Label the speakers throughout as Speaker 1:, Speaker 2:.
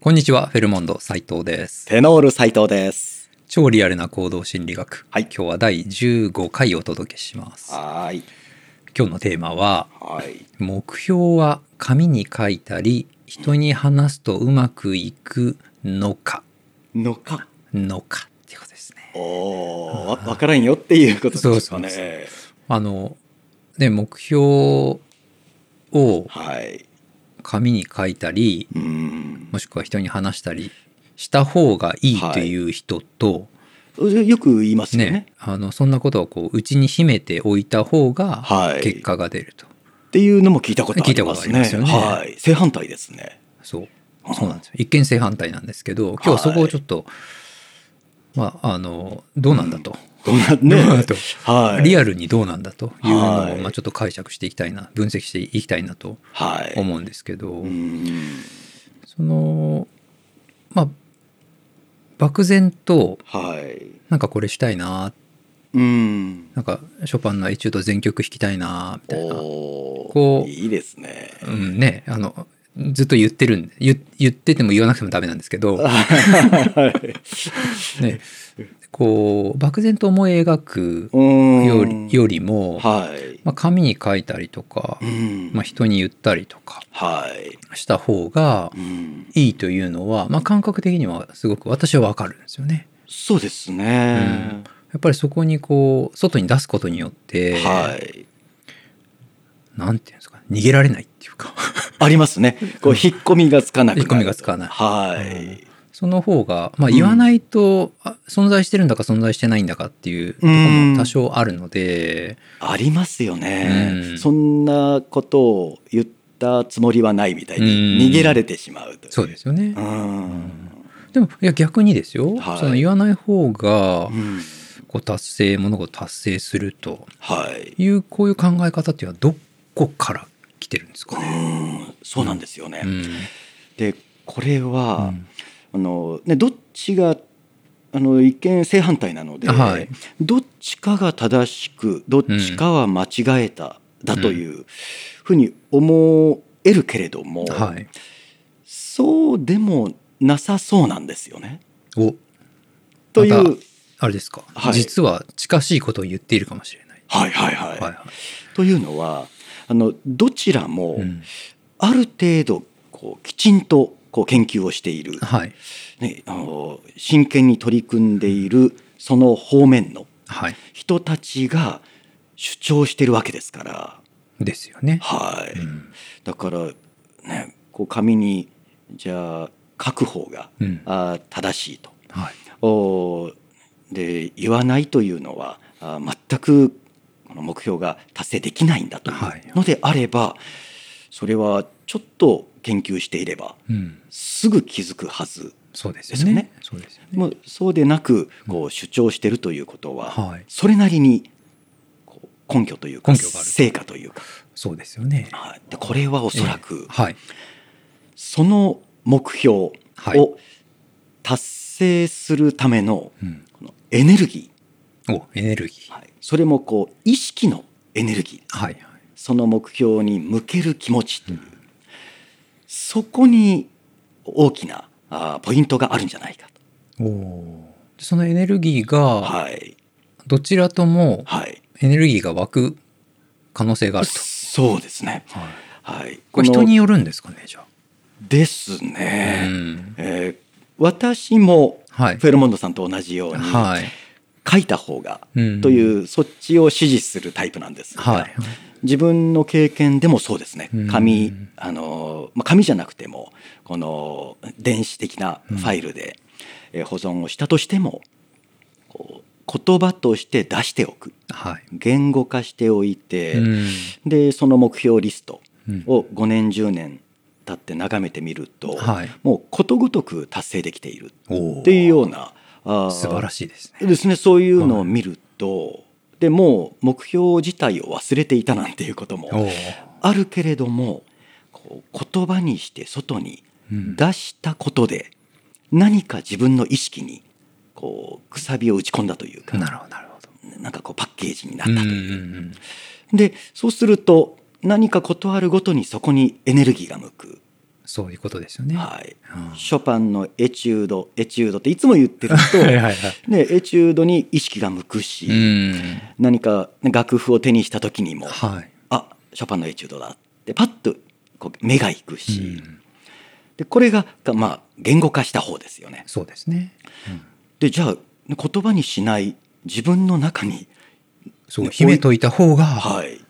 Speaker 1: こんにちは、フェルモンド斉藤です。
Speaker 2: テノール斉藤です。
Speaker 1: 超リアルな行動心理学。
Speaker 2: はい
Speaker 1: 今日は第15回お届けします。
Speaker 2: はーい。
Speaker 1: 今日のテーマは、
Speaker 2: はい。
Speaker 1: 目標は紙に書いたり、人に話すとうまくいくのか、
Speaker 2: のか。
Speaker 1: のかっていうことですね。
Speaker 2: おー、わわからんよっていうことですかね。
Speaker 1: そうあの、ね、目標を
Speaker 2: はい。
Speaker 1: 紙に書いたり、
Speaker 2: うーん。
Speaker 1: もしくは人に話したりした方がいいっていう人と、
Speaker 2: よく言いますよね
Speaker 1: ねあのそんなことをこうちに秘めておいた方が
Speaker 2: はい
Speaker 1: 結果が出ると、
Speaker 2: っていうのも聞いたことありますね。
Speaker 1: 聞いたことありますよね
Speaker 2: はい。正反対ですね。
Speaker 1: そうそうなんですよ一見正反対なんですけど今日はそこをちょっと、まああのどうなんだと、
Speaker 2: どう な
Speaker 1: どうなんだ
Speaker 2: ね
Speaker 1: と。
Speaker 2: はい。
Speaker 1: リアルにどうなんだというのを、
Speaker 2: はい
Speaker 1: まあ、ちょっと解釈していきたいな分析していきたいなと
Speaker 2: はい。
Speaker 1: 思うんですけど、
Speaker 2: うーん。
Speaker 1: そのまあ漠然と
Speaker 2: はい。
Speaker 1: なんかこれしたいな
Speaker 2: うーん。
Speaker 1: なんかショパンのエチュード全曲弾きたいなみたいな
Speaker 2: おー
Speaker 1: こう
Speaker 2: いいですね。
Speaker 1: うんね、あの、ずっと言ってるんで、言言ってても言わなくてもダメなんですけど、
Speaker 2: はい
Speaker 1: ね、こう、漠然と思い描く
Speaker 2: うーん。
Speaker 1: よりよりも、
Speaker 2: はい。
Speaker 1: まあ、紙に書いたりとか
Speaker 2: う、ん。
Speaker 1: まあ、人に言ったりとか
Speaker 2: はい。
Speaker 1: した方が
Speaker 2: うん。
Speaker 1: いいというのは、まあ、感覚的にはすごく私はわかるんですよね。
Speaker 2: そうですね。
Speaker 1: やっぱりそこにこう、外に出すことによって、
Speaker 2: はい。
Speaker 1: なんていうんですか、逃げられないっていうか、
Speaker 2: ありますね。こう引っ込みがつかなく なる。
Speaker 1: 引っ込みがつかない
Speaker 2: はい。
Speaker 1: その方が、まあ、
Speaker 2: うん
Speaker 1: 言わないと、あ存在してるんだか存在してないんだかっていうところ
Speaker 2: うん
Speaker 1: も多少あるので、
Speaker 2: ありますよね、
Speaker 1: うん
Speaker 2: そんなことを言ったつもりはないみたいに
Speaker 1: うん
Speaker 2: 逃げられてしまうという。
Speaker 1: そうですよね
Speaker 2: う。ん。
Speaker 1: でもいや逆にですよ、
Speaker 2: はい
Speaker 1: その言わない方が
Speaker 2: うん
Speaker 1: こう達成物事を達成すると
Speaker 2: はい。
Speaker 1: いうこういう考え方っていうのはどこから来てるんですかね。
Speaker 2: うんそうなんですよね。
Speaker 1: うん
Speaker 2: で、これは、
Speaker 1: うん
Speaker 2: あの、ね、どっちが。あの一見正反対なので、
Speaker 1: はい
Speaker 2: どっちかが正しくどっちかは間違えた、だというふうに思えるけれども、
Speaker 1: はい。
Speaker 2: そうでもなさそうなんですよね。
Speaker 1: お
Speaker 2: という、
Speaker 1: またあれですか、
Speaker 2: はい
Speaker 1: 実は近しいことを言っているかもしれない。
Speaker 2: はいはいはい。
Speaker 1: はいは
Speaker 2: というのはあのどちら
Speaker 1: い。う
Speaker 2: も
Speaker 1: ん
Speaker 2: ある程度こうきちんとこう研究をしている、
Speaker 1: はい
Speaker 2: ね、あの真剣に取り組んでいるその方面の
Speaker 1: はい
Speaker 2: 人たちが主張してるわけですから。
Speaker 1: ですよね。
Speaker 2: はい、
Speaker 1: うん
Speaker 2: だからねこう紙にじゃあ書く方が、
Speaker 1: うん
Speaker 2: あー正しいと
Speaker 1: はい。
Speaker 2: おーで言わないというのはあー全くこの目標が達成できないんだとい
Speaker 1: はいう
Speaker 2: のであれば、それはちょっと研究していれば
Speaker 1: うん
Speaker 2: すぐ気づくはず、
Speaker 1: そうです
Speaker 2: です
Speaker 1: よ
Speaker 2: よ
Speaker 1: ね
Speaker 2: ね。
Speaker 1: そうですよね。
Speaker 2: もうそうでなくこう主張してるということは、
Speaker 1: はい
Speaker 2: それなりにこう根拠というか
Speaker 1: 根拠がある
Speaker 2: 成果というか、
Speaker 1: そうですよね。
Speaker 2: はい、でこれはお
Speaker 1: お
Speaker 2: そらく、
Speaker 1: はい。
Speaker 2: その目標を
Speaker 1: はい
Speaker 2: 達成するための
Speaker 1: うん
Speaker 2: このエネルギー、
Speaker 1: おエネルギー。
Speaker 2: はいそれもこう意識のエネルギー
Speaker 1: はいはい。
Speaker 2: その目標に向ける気持ちという、そこに大きなあーポイントがあるんじゃないかと。
Speaker 1: おお。そのエネルギーが
Speaker 2: はい
Speaker 1: どちらとも
Speaker 2: はい、
Speaker 1: エネルギーが湧く可能性があると。
Speaker 2: そうですね、
Speaker 1: はい。
Speaker 2: はい、
Speaker 1: これ
Speaker 2: の
Speaker 1: 人によるんですかねじゃ
Speaker 2: です
Speaker 1: あ。う
Speaker 2: ね、
Speaker 1: ん。
Speaker 2: えー私も
Speaker 1: はい。
Speaker 2: フェルモンドさんと同じように
Speaker 1: はい。
Speaker 2: 書いた方が
Speaker 1: うん
Speaker 2: というそっちを支持するタイプなんですが、
Speaker 1: はい。
Speaker 2: 自分の経験でもそうですね
Speaker 1: うん
Speaker 2: 紙あの、まあ、紙じゃなくてもこの電子的なファイルでえー保存をしたとしてもこう言葉として出しておく
Speaker 1: はい。
Speaker 2: 言語化しておいて、
Speaker 1: うん
Speaker 2: でその目標リスト
Speaker 1: うん
Speaker 2: を5年10年経って眺めてみると、
Speaker 1: はい。
Speaker 2: もうことごとく達成できている
Speaker 1: おお。
Speaker 2: っていうような素
Speaker 1: 素晴らしいですね。
Speaker 2: ですねそういうのを見ると、でもう目標自体を忘れていたなんていうこと
Speaker 1: お
Speaker 2: も
Speaker 1: お。
Speaker 2: あるけれどもこう言葉にして外に
Speaker 1: うん
Speaker 2: 出したことで何か自分の意識にこうくさびを打ち込んだというか
Speaker 1: なるほどなるほど。
Speaker 2: なんかこうパッケージになっ
Speaker 1: う
Speaker 2: た
Speaker 1: んう
Speaker 2: と
Speaker 1: ん
Speaker 2: いう、
Speaker 1: うん。
Speaker 2: でそうすると何か事あるごとにそこにエネルギーが向く
Speaker 1: そういうことですよね。
Speaker 2: はい、
Speaker 1: うん
Speaker 2: ショパンのエチュードエチュードっていつも言ってると
Speaker 1: はいはいはい。
Speaker 2: ね、エチュードに意識が向くし、
Speaker 1: うん。
Speaker 2: 何かね楽譜を手にした時にも
Speaker 1: はい。
Speaker 2: あショパンのエチュードだってパッとこう目が行くし、
Speaker 1: うん
Speaker 2: でこれが、がまあ、言語化した方ですよね。
Speaker 1: そうですね。うん
Speaker 2: でじゃあ言葉にしない自分の中に、
Speaker 1: そう、
Speaker 2: ね
Speaker 1: 秘めといた方が、は
Speaker 2: はい、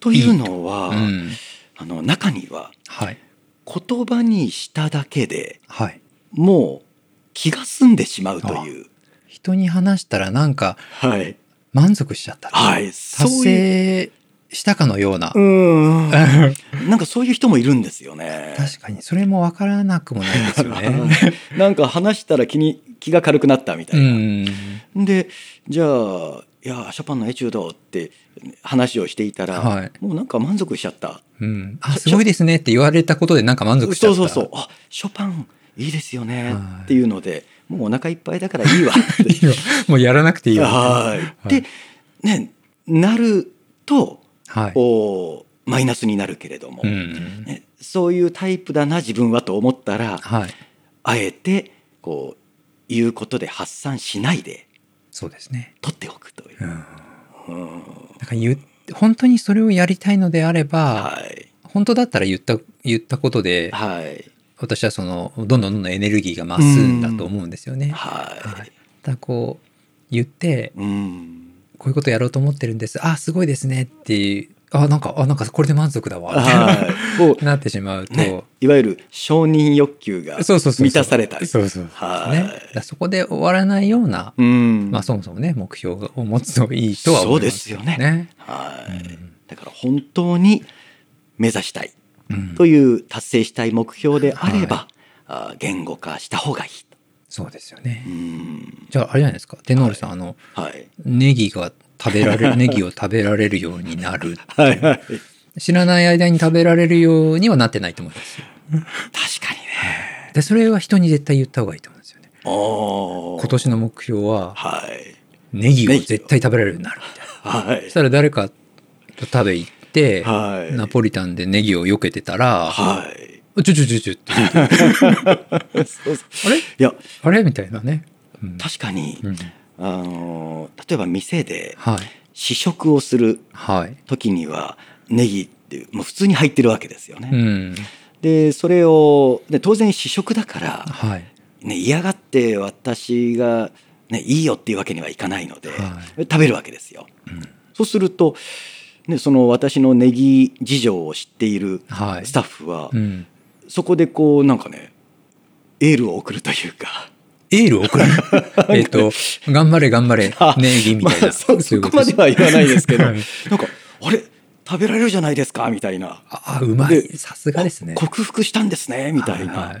Speaker 2: というのは
Speaker 1: うん。
Speaker 2: あの中には
Speaker 1: はい。
Speaker 2: 言葉にしただけで
Speaker 1: はい。
Speaker 2: もう気が済んでしまうという。
Speaker 1: 人に話したらなんか
Speaker 2: はい、
Speaker 1: 満足しちゃった。
Speaker 2: はい、そう
Speaker 1: 達
Speaker 2: い
Speaker 1: 成
Speaker 2: う
Speaker 1: したかのような。
Speaker 2: うんなんかそういう人もいるんですよね。
Speaker 1: 確かに、それもわからなくもないですよね。
Speaker 2: はいなんか話したら気に気が軽くなったみた
Speaker 1: う
Speaker 2: いな。
Speaker 1: ん。
Speaker 2: でじゃあ「いやショパンのエチュード」って話をしていたら、
Speaker 1: はい
Speaker 2: もうなんか満足しちゃった。
Speaker 1: うん。あ、すごいですねって言われたことでなんか満足しちゃ
Speaker 2: そ
Speaker 1: っ
Speaker 2: う
Speaker 1: た。
Speaker 2: そうそう「あショパンいいですよね
Speaker 1: は」い
Speaker 2: っていうのでもうお腹いっぱいだからいいわって。
Speaker 1: いいよ もうやらなく ていいよ。
Speaker 2: はいで、ね、なると
Speaker 1: はい。
Speaker 2: こうマイナスになるけれども、
Speaker 1: うん。
Speaker 2: ね、そういうタイプだな自分はと思ったら
Speaker 1: はい。
Speaker 2: あえてこう言うことで発散しないで
Speaker 1: そうですね。
Speaker 2: 取っておくという
Speaker 1: う。ん。なん
Speaker 2: うん
Speaker 1: か言う本当にそれをやりたいのであれば、
Speaker 2: はい
Speaker 1: 本当だったら言った、言ったことで、
Speaker 2: はい
Speaker 1: 私はその、どんどんどんどんエネルギーが増すんだと思うんですよね。
Speaker 2: は
Speaker 1: はいい。ただこう、言って、
Speaker 2: うん
Speaker 1: こういうことやろうと思ってるんです。あ、すごいですねっていう、あ、なんか、あ、なんかこれで満足だわ。
Speaker 2: はいも
Speaker 1: なってしまう
Speaker 2: う
Speaker 1: と、
Speaker 2: ねいわゆる承認欲求が
Speaker 1: そうそうそうそう
Speaker 2: 満たされたり
Speaker 1: そうそうそう
Speaker 2: は
Speaker 1: ね。
Speaker 2: い
Speaker 1: だからそこで終わらないような、
Speaker 2: うん
Speaker 1: まあそもそもね、目標を持つといいとは思います
Speaker 2: そうですよ
Speaker 1: ね。
Speaker 2: は
Speaker 1: う
Speaker 2: い
Speaker 1: ん
Speaker 2: だから本当に目指したい
Speaker 1: うん
Speaker 2: という達成したい目標であれば、
Speaker 1: は
Speaker 2: あ言語化した方がいいと
Speaker 1: そうですよね
Speaker 2: う。ん
Speaker 1: じゃああれじゃないですか。テノールさん、あの、
Speaker 2: はい
Speaker 1: ネギが食べられ る、ネギを食べられるようになる。
Speaker 2: はいはい確か
Speaker 1: 知らない間に食べられるようにはなってないと思いますよ。
Speaker 2: にね
Speaker 1: で、それは人に絶対言った方がいいと思うんですよね。
Speaker 2: おー
Speaker 1: 今年の目標は、
Speaker 2: はい
Speaker 1: ネギを絶対食べられるようになるみたいな。
Speaker 2: はい
Speaker 1: そしたら誰かと食べ行って、
Speaker 2: はい
Speaker 1: ナポリタンでネギを避けてたら、
Speaker 2: はい
Speaker 1: ちょちょちょちょって、 あ
Speaker 2: そうそう
Speaker 1: れ
Speaker 2: いや
Speaker 1: あれみたいなね。うん
Speaker 2: 確かに、
Speaker 1: うん
Speaker 2: あの例えば店で
Speaker 1: はい。
Speaker 2: 試食をする
Speaker 1: はい。
Speaker 2: 時にはネギっていうもう普通に入ってるわけですよね。
Speaker 1: うん。
Speaker 2: でそれをで当然試食だから、
Speaker 1: はい。
Speaker 2: ね、嫌がって私が、ね、いいよっていうわけにはいかないので、
Speaker 1: は
Speaker 2: 食べるわけですよ。
Speaker 1: うん
Speaker 2: そうすると、ね、その私のネギ事情を知っている
Speaker 1: はい
Speaker 2: ス。タッフは、
Speaker 1: うん。
Speaker 2: そこでこうなんかねエールを送るというか。
Speaker 1: エールを 送る。えっと、頑張れ頑張れ、ネギみたい
Speaker 2: ま
Speaker 1: な。
Speaker 2: あ、そ
Speaker 1: そうい
Speaker 2: そうこ
Speaker 1: と
Speaker 2: までは言わないですけど、
Speaker 1: はい
Speaker 2: なんかあれ食べられるじゃないですかみたいな
Speaker 1: あ、うまい。
Speaker 2: で
Speaker 1: さすがですね。
Speaker 2: 克服したんですねみたい
Speaker 1: は
Speaker 2: ない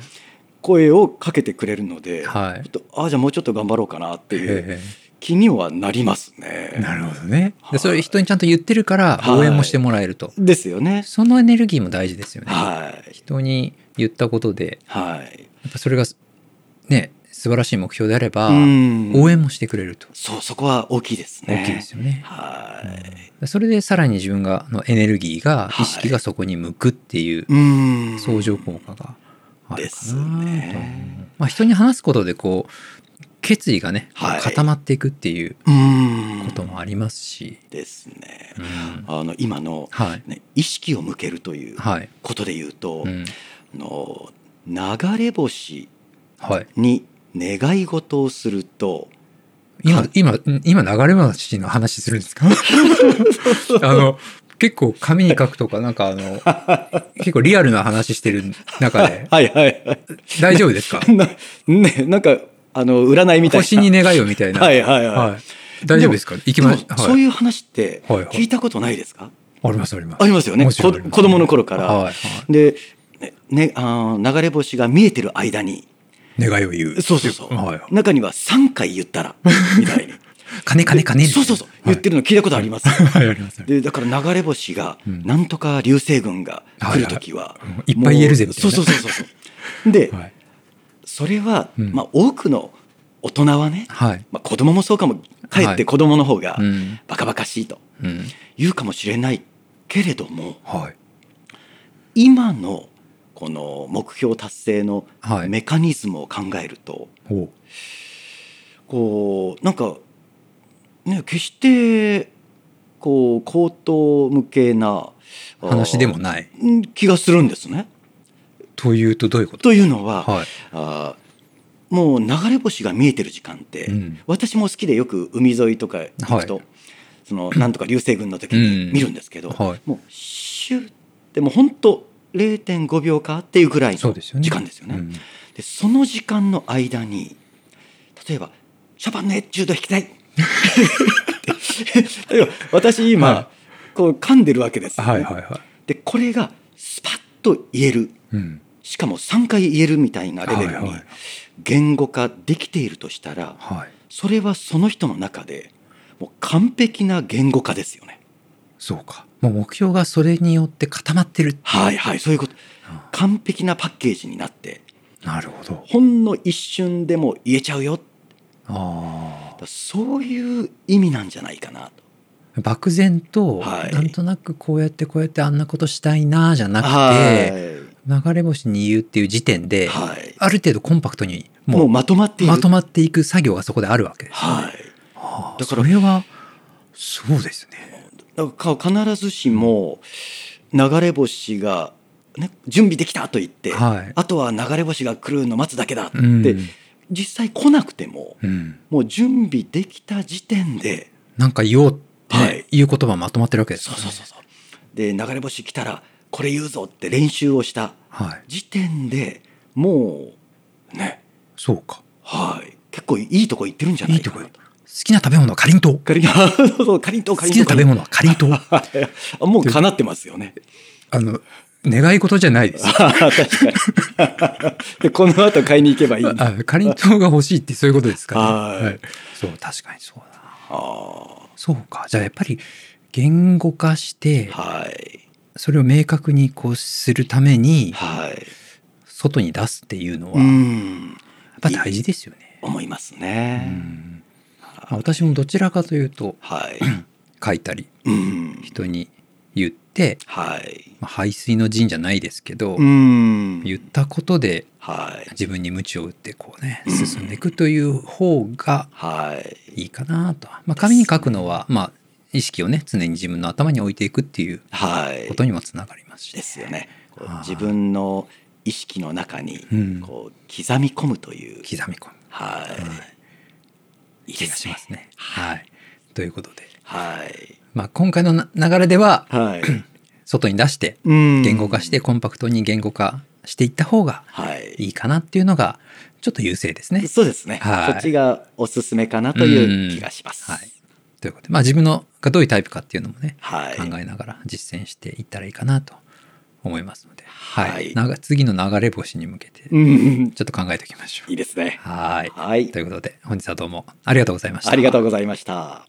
Speaker 2: 声をかけてくれるので、
Speaker 1: はい
Speaker 2: ちょっとあじゃあもうちょっと頑張ろうかなっていう
Speaker 1: へ
Speaker 2: 気にはなります
Speaker 1: え
Speaker 2: ね。
Speaker 1: なるほどね。
Speaker 2: は
Speaker 1: で
Speaker 2: い
Speaker 1: それ人にちゃんと言ってるから、
Speaker 2: はい
Speaker 1: 応援もしてもらえると。
Speaker 2: ですよね。
Speaker 1: そのエネルギーも大事ですよね。
Speaker 2: はい
Speaker 1: 人に言ったことで、
Speaker 2: はい。
Speaker 1: やっぱそれがね素晴らしい目標であれば、
Speaker 2: うん
Speaker 1: 応援もしてくれると
Speaker 2: そうそこは大きいですね。
Speaker 1: 大きいですよね。
Speaker 2: はい。
Speaker 1: それでさらに自分がのエネルギーが
Speaker 2: はい
Speaker 1: 意識がそこに向くっていう
Speaker 2: うん。
Speaker 1: 相乗効果がある
Speaker 2: で
Speaker 1: か
Speaker 2: す
Speaker 1: なと、
Speaker 2: ね
Speaker 1: まあ、人に話すことでこう決意がね、
Speaker 2: はい
Speaker 1: 固まっていくっていう
Speaker 2: うん
Speaker 1: こともありますし、
Speaker 2: ですね。
Speaker 1: うん
Speaker 2: あの今の、
Speaker 1: はい
Speaker 2: ね、意識を向けるという
Speaker 1: はい、
Speaker 2: ことで言うと、
Speaker 1: うん
Speaker 2: あの流れ星
Speaker 1: はい、
Speaker 2: に願い事をすると
Speaker 1: 今
Speaker 2: か
Speaker 1: 今今流れ話の話するんです かあの結構紙に書くとかなんかあ の結構リアルな話してる中で
Speaker 2: はいはいはい
Speaker 1: 大丈夫ですか
Speaker 2: な,、ね、なんかあの占い みたいな
Speaker 1: 星に願いをみたいな。
Speaker 2: はいはいはい、
Speaker 1: はい大丈夫ですか行き
Speaker 2: でも
Speaker 1: ましょ
Speaker 2: そう
Speaker 1: う。
Speaker 2: いう話って
Speaker 1: はいはい
Speaker 2: 聞いたことないですか、
Speaker 1: ありますあります。
Speaker 2: ありますよね
Speaker 1: もちろんあ
Speaker 2: こ
Speaker 1: ります
Speaker 2: 子供の頃から
Speaker 1: はいはい
Speaker 2: でねねあー流れ星が見えてる間に
Speaker 1: 願いを言う。
Speaker 2: そうそうそう、
Speaker 1: はい。
Speaker 2: 中には3回 言ったらみたいに
Speaker 1: 金金金。
Speaker 2: そうそうそう、
Speaker 1: はい
Speaker 2: 言ってるの聞いたことあります、
Speaker 1: はい、あります。
Speaker 2: でだから流れ星が
Speaker 1: うん
Speaker 2: なんとか流星群が来る時は
Speaker 1: はいはいうんいっぱい言えるぜみたいな
Speaker 2: もうそうそうそうそうで、
Speaker 1: はい。
Speaker 2: それは、
Speaker 1: うん
Speaker 2: まあ、多くの大人はね、
Speaker 1: はい。
Speaker 2: まあ、子供もそうかもかえっ
Speaker 1: はい
Speaker 2: て子供の方が
Speaker 1: うん。
Speaker 2: バカバカしいと
Speaker 1: うん。
Speaker 2: 言うかもしれないけれども
Speaker 1: はい。
Speaker 2: 今のこの目標達成の
Speaker 1: はい
Speaker 2: メカニズムを考えると、
Speaker 1: ほう
Speaker 2: こうなんかね決してこう口頭無形なあー
Speaker 1: 話でもない。
Speaker 2: ん気がするんですね。
Speaker 1: というとどういうこと
Speaker 2: というのは、
Speaker 1: はい。
Speaker 2: あーもう流れ星が見えてる時間って、
Speaker 1: うん
Speaker 2: 私も好きでよく海沿いとか行くと、
Speaker 1: は
Speaker 2: そのなんとか流星群の時に見るんですけど、
Speaker 1: はい。
Speaker 2: もうシュッてもう本当0.5秒かっていうぐらい
Speaker 1: そう
Speaker 2: の
Speaker 1: ですよね。
Speaker 2: 時間ですよね。
Speaker 1: うん
Speaker 2: でその時間の間に例えば「ショパンのエッチュード弾きたい! って」例えば私今、
Speaker 1: は
Speaker 2: こう噛んでるわけですよね、
Speaker 1: はいはいは
Speaker 2: でこれがスパッと言える
Speaker 1: い。うん。
Speaker 2: しかも3回言えるみたいなレベル
Speaker 1: はい
Speaker 2: に
Speaker 1: はい
Speaker 2: 言語化できているとしたら
Speaker 1: はい。
Speaker 2: それはその人の中でもう完璧な言語化ですよね。
Speaker 1: そうか。もう目標がそれによって固まってる。
Speaker 2: はいはいそういうこと
Speaker 1: あ
Speaker 2: 完璧なパッケージになって
Speaker 1: なるほど。
Speaker 2: ほんの一瞬でも言えちゃうよ
Speaker 1: あ
Speaker 2: だからそういう意味なんじゃないかなと。
Speaker 1: あ。漠然と、
Speaker 2: はい
Speaker 1: なんとなくこうやってこうやってあんなことしたいなじゃなくて、流れ星に言うっていう時点で、
Speaker 2: はい、
Speaker 1: ある程度コンパクトに
Speaker 2: も
Speaker 1: も
Speaker 2: うまとまって
Speaker 1: う
Speaker 2: いる
Speaker 1: まとまっていく作業がそこであるわけです。
Speaker 2: はい、
Speaker 1: はあ
Speaker 2: だか
Speaker 1: そ
Speaker 2: ら
Speaker 1: れはそうですね。
Speaker 2: だから必ずしも流れ星が、ね、準備できたと言って、
Speaker 1: はい。
Speaker 2: あとは流れ星が来るの待つだけだって、
Speaker 1: うん
Speaker 2: 実際来なくても
Speaker 1: うん、
Speaker 2: もう準備できた時点で
Speaker 1: なんか言おうって、
Speaker 2: はい
Speaker 1: い、う言葉まとまってるわけです
Speaker 2: そ
Speaker 1: か
Speaker 2: う
Speaker 1: らね
Speaker 2: そうそうそうで流れ星来たらこれ言うぞって練習をした
Speaker 1: はい。
Speaker 2: 時点でもうね
Speaker 1: そうか。
Speaker 2: はい結構いいとこ行ってるんじゃないかない
Speaker 1: いとこ好きな食べ物はかりんとう。
Speaker 2: カリンそうカリン
Speaker 1: 好
Speaker 2: とうカリン
Speaker 1: き
Speaker 2: と
Speaker 1: な食
Speaker 2: うカリ
Speaker 1: べ
Speaker 2: ン
Speaker 1: 物はかりんとう。
Speaker 2: とうもう叶ってますよね
Speaker 1: あの、願い事じゃないです。
Speaker 2: あ確かに。で、この後買いに行けばいい。あ
Speaker 1: あ、かりんとうが欲しいってそういうことですから、
Speaker 2: はい
Speaker 1: ね。はい。そう、確かにそうだな。
Speaker 2: あ
Speaker 1: そうか。じゃあやっぱり言語化して、
Speaker 2: はい。
Speaker 1: それを明確にこうするために、
Speaker 2: はい。
Speaker 1: 外に出すっていうのは、
Speaker 2: う
Speaker 1: やっ
Speaker 2: ん。
Speaker 1: ぱ大事ですよね。
Speaker 2: 思います
Speaker 1: う
Speaker 2: ね。
Speaker 1: ん。まあ私もどちらかというと、
Speaker 2: はい。
Speaker 1: 書いたり、
Speaker 2: うん。
Speaker 1: 人に言って、
Speaker 2: はい。
Speaker 1: まあ、排水の陣じゃないですけど、
Speaker 2: うん。
Speaker 1: 言ったことで
Speaker 2: はい。
Speaker 1: 自分に鞭を打ってこうね
Speaker 2: うん
Speaker 1: 進んでいくという方が
Speaker 2: はい。
Speaker 1: いいかなと、まあ、紙に書くのは、まあ、意識をね常に自分の頭に置いていくっていう
Speaker 2: はい
Speaker 1: こ。とにもつながりますし、
Speaker 2: ですよね。こう
Speaker 1: あー
Speaker 2: 自分の意識の中に
Speaker 1: うん、刻
Speaker 2: こう刻み込むという。
Speaker 1: み込む
Speaker 2: はい。いい
Speaker 1: 気
Speaker 2: で
Speaker 1: が
Speaker 2: す
Speaker 1: し
Speaker 2: ね
Speaker 1: ま。すね。はい、ということで、
Speaker 2: はい。
Speaker 1: まあ、今回のな流れでは
Speaker 2: はい。
Speaker 1: 外に出して
Speaker 2: うん
Speaker 1: 言語化して。コンパクトに言語化していった方が
Speaker 2: はい。
Speaker 1: いいかなっていうのがちょっと優勢ですね。
Speaker 2: そうですね。
Speaker 1: はい
Speaker 2: そっちがおすすめかなという気がします。
Speaker 1: はい、ということで、まあ、自分のがどういうタイプかっていうのもね
Speaker 2: はい。
Speaker 1: 考えながら実践していったらいいかなと思いますので、はい
Speaker 2: はい
Speaker 1: なが次の流れ星に向けてちょ
Speaker 2: うんうん。
Speaker 1: っと考えておきましょう。
Speaker 2: いいですね。
Speaker 1: はい
Speaker 2: はい
Speaker 1: と。いうことで本日はどうもありがとうございました。
Speaker 2: ありがとうございました。